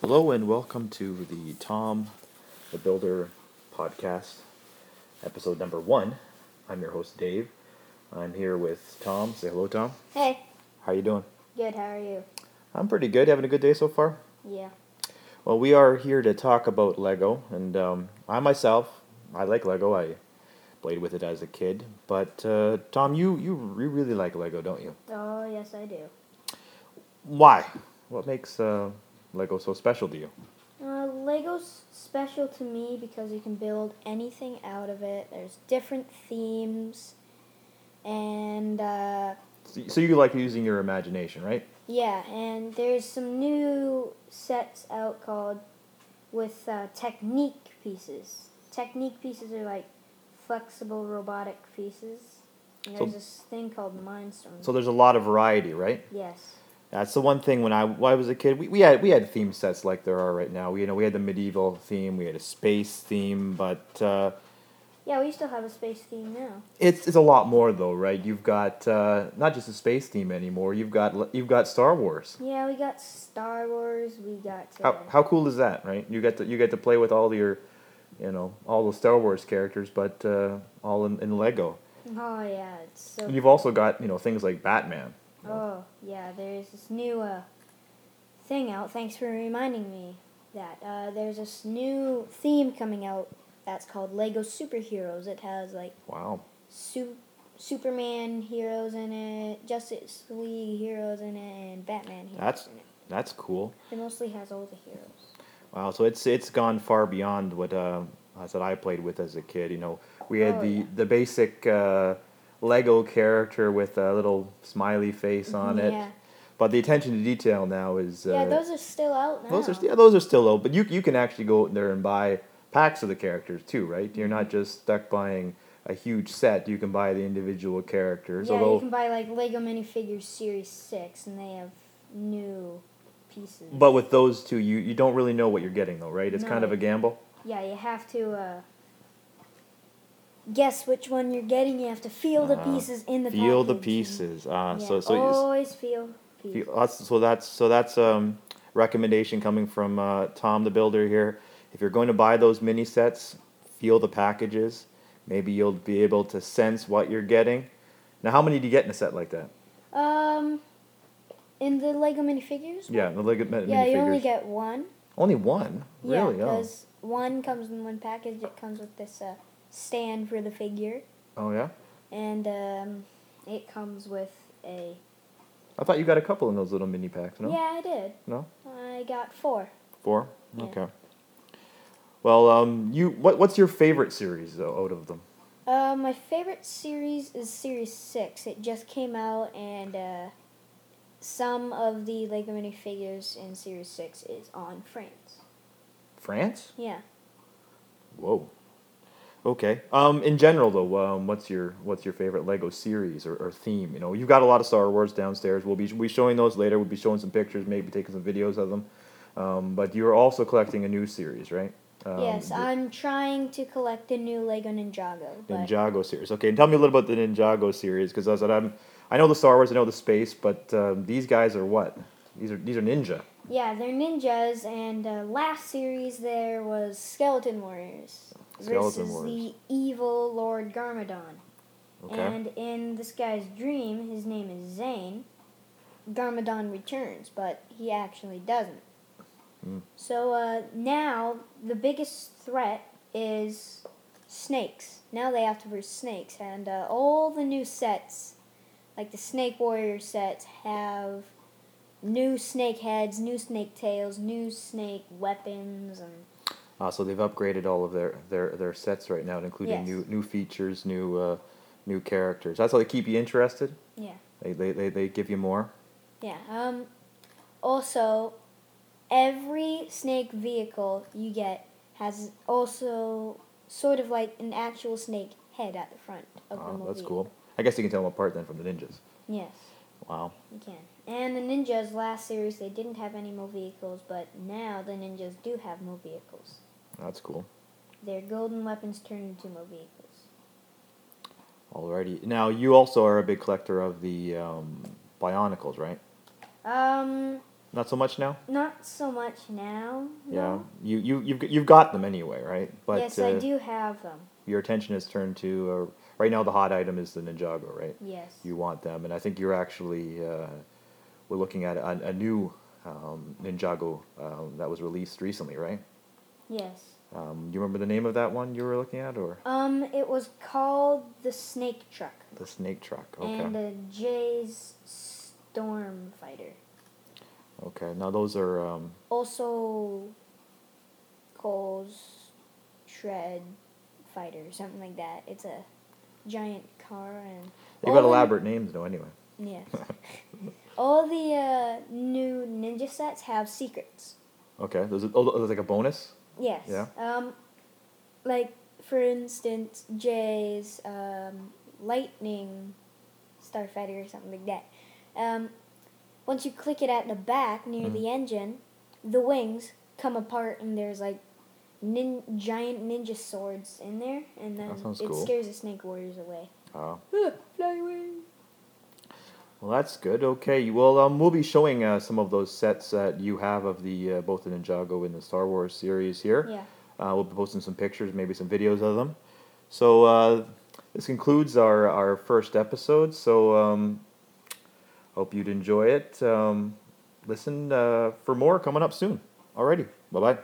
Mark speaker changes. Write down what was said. Speaker 1: Hello and welcome to the Tom the Builder podcast, episode number one. I'm your host Dave. I'm here with Tom. Say hello, Tom.
Speaker 2: Hey.
Speaker 1: How you doing?
Speaker 2: Good, how are you?
Speaker 1: I'm pretty good. Having a good day so far.
Speaker 2: Yeah.
Speaker 1: Well, we are here to talk about Lego, and um, I myself, I like Lego. I played with it as a kid, but uh, Tom, you you re- really like Lego, don't you?
Speaker 2: Oh, yes, I do.
Speaker 1: Why? What makes uh, Lego so special to you?
Speaker 2: Uh, Lego's special to me because you can build anything out of it. There's different themes. And, uh,
Speaker 1: So, so you like using your imagination, right?
Speaker 2: yeah, and there's some new sets out called with uh, technique pieces. Technique pieces are like flexible robotic pieces. And
Speaker 1: So-
Speaker 2: there's this thing called Mind Storm.
Speaker 1: So there's a lot of variety, right?
Speaker 2: yes.
Speaker 1: That's the one thing when I, when I was a kid, we, we had we had theme sets like there are right now. We, you know, we had the medieval theme, we had a space theme, but uh,
Speaker 2: Yeah, we still have a space theme now.
Speaker 1: it's it's a lot more though, right? You've got uh, not just a space theme anymore. You've got you've got Star Wars.
Speaker 2: Yeah, we got Star Wars. We got uh,
Speaker 1: How how cool is that, right? You get to you get to play with all your, you know, all the Star Wars characters, but uh, all in, in Lego.
Speaker 2: oh yeah, it's so.
Speaker 1: And you've also got you know things like Batman.
Speaker 2: oh yeah, there's this new uh, thing out. Thanks for reminding me that uh, there's this new theme coming out that's called Lego Superheroes. It has like
Speaker 1: Wow.
Speaker 2: su- Superman heroes in it, Justice League heroes in it, and Batman heroes
Speaker 1: That's-
Speaker 2: in it.
Speaker 1: That's cool.
Speaker 2: It mostly has all the heroes.
Speaker 1: Wow, so it's it's gone far beyond what uh, as that I played with as a kid. You know, we had
Speaker 2: Oh,
Speaker 1: the
Speaker 2: yeah.
Speaker 1: the basic uh, Lego character with a little smiley face on it,
Speaker 2: Mm-hmm, Yeah.
Speaker 1: but the attention to detail now is uh,
Speaker 2: yeah, those are still out now.
Speaker 1: those are yeah, those are still low. But you you can actually go out there and buy packs of the characters too, right? You're
Speaker 2: Mm-hmm.
Speaker 1: not just stuck buying a huge set. You can buy the individual characters.
Speaker 2: yeah,
Speaker 1: although,
Speaker 2: you can buy like Lego minifigures series six, and they have new pieces.
Speaker 1: but with those two, you you don't really know what you're getting though, right? It's kind
Speaker 2: No.
Speaker 1: of a gamble.
Speaker 2: yeah, you have to uh, guess which one you're getting. You have to feel the
Speaker 1: Ah,
Speaker 2: pieces in the
Speaker 1: Feel the
Speaker 2: package.
Speaker 1: pieces. Uh,
Speaker 2: Yeah, Oh,
Speaker 1: So so. it's-
Speaker 2: always feel.
Speaker 1: You-
Speaker 2: pieces.
Speaker 1: That's, so that's so that's um, recommendation coming from uh, Tom the Builder here. If you're going to buy those mini sets, feel the packages. Maybe you'll be able to sense what you're getting. Now, how many do you get in a set like that?
Speaker 2: Um, in the Lego minifigures.
Speaker 1: Yeah, the Lego min-
Speaker 2: Yeah, you
Speaker 1: minifigures.
Speaker 2: only get one.
Speaker 1: Only one,
Speaker 2: Yeah,
Speaker 1: really? Oh.
Speaker 2: because one comes in one package. It comes with this uh, stand for the figure,
Speaker 1: oh, yeah.
Speaker 2: and um, it comes with a.
Speaker 1: I thought you got a couple in those little mini packs. No,
Speaker 2: Yeah, I did.
Speaker 1: no,
Speaker 2: I got four.
Speaker 1: four.
Speaker 2: Yeah.
Speaker 1: Okay. Well, um, you what, what's your favorite series though out of them?
Speaker 2: Uh, my favorite series is Series 6. It just came out, and uh, some of the Lego minifigures in Series 6 is on France.
Speaker 1: France.
Speaker 2: Yeah.
Speaker 1: Whoa. Okay. Um, in general, though, um, what's your what's your favorite Lego series or, or theme? You know, you've got a lot of Star Wars downstairs. We'll be we showing those later. We'll be showing some pictures, maybe taking some videos of them. Um, but you're also collecting a new series, right? Um,
Speaker 2: yes,
Speaker 1: the
Speaker 2: I'm trying to collect the new Lego Ninjago. But
Speaker 1: Ninjago series. Okay, tell me a little about the Ninjago series because I said I'm I know the Star Wars, I know the space, but um, these guys are what? These are these are ninja.
Speaker 2: Yeah, they're ninjas, and uh, last series there was Skeleton Warriors
Speaker 1: Skeleton
Speaker 2: versus
Speaker 1: Warriors.
Speaker 2: the evil Lord Garmadon.
Speaker 1: Okay.
Speaker 2: And in this guy's dream, his name is Zane. Garmadon returns, but he actually doesn't.
Speaker 1: Hmm.
Speaker 2: So uh, now the biggest threat is snakes. Now they have to verse snakes, and uh, all the new sets, like the Snake Warrior sets, have new snake heads, new snake tails, new snake weapons, and
Speaker 1: Uh, so they've upgraded all of their, their, their sets right now, including
Speaker 2: Yes.
Speaker 1: new new features, new uh, new characters. That's how they keep you interested.
Speaker 2: yeah.
Speaker 1: They, they, they, they give you more.
Speaker 2: Yeah. Um. Also, every snake vehicle you get has also sort of like an actual snake head at the front of the
Speaker 1: Wow,
Speaker 2: movie.
Speaker 1: Ah, Uh, that's cool. I guess you can tell them apart then from the ninjas.
Speaker 2: Yes,
Speaker 1: Wow.
Speaker 2: you can. And the ninjas last series they didn't have any more vehicles, but now the ninjas do have more vehicles.
Speaker 1: That's cool.
Speaker 2: Their golden weapons turn into more vehicles.
Speaker 1: Alrighty. Now, you also are a big collector of the um, Bionicles, right?
Speaker 2: Um.
Speaker 1: Not so much now.
Speaker 2: Not so much now.
Speaker 1: Yeah,
Speaker 2: no.
Speaker 1: you you you've g- you've got them anyway, right? But
Speaker 2: yes,
Speaker 1: uh,
Speaker 2: I do have them.
Speaker 1: your attention is turned to uh, right now. The hot item is the Ninjago, right?
Speaker 2: Yes.
Speaker 1: You want them, and I think you're actually uh, we're looking at a, a new um, Ninjago um, that was released recently, right?
Speaker 2: yes.
Speaker 1: Um, do you remember the name of that one you were looking at, or
Speaker 2: Um, it was called the Snake Truck
Speaker 1: the Snake Truck? Okay.
Speaker 2: and uh, Jay's Storm Fighter.
Speaker 1: Okay. Now those are um,
Speaker 2: Also, Cole's Shred Fighter, something like that. It's a giant car and
Speaker 1: they've got
Speaker 2: all the-
Speaker 1: elaborate names though. Anyway.
Speaker 2: Yes. All the uh, new ninja sets have secrets.
Speaker 1: Okay. There's, a, oh, there's like a bonus.
Speaker 2: Yes.
Speaker 1: Yeah.
Speaker 2: Um, like for instance, Jay's um, lightning starfighter or something like that. Um, once you click it at the back near
Speaker 1: Mm-hmm.
Speaker 2: the engine, the wings come apart and there's like nin- giant ninja swords in there, and then
Speaker 1: That sounds
Speaker 2: it
Speaker 1: cool.
Speaker 2: scares the snake warriors away.
Speaker 1: Oh.
Speaker 2: Fly away.
Speaker 1: Well, that's good. Okay. Well, um, we'll be showing uh, some of those sets that you have of the uh, both the Ninjago and the Star Wars series here.
Speaker 2: Yeah.
Speaker 1: Uh, we'll be posting some pictures, maybe some videos of them. So uh, this concludes our, our first episode. So um, hope you'd enjoy it. Um, listen uh, for more coming up soon. Alrighty. Bye bye.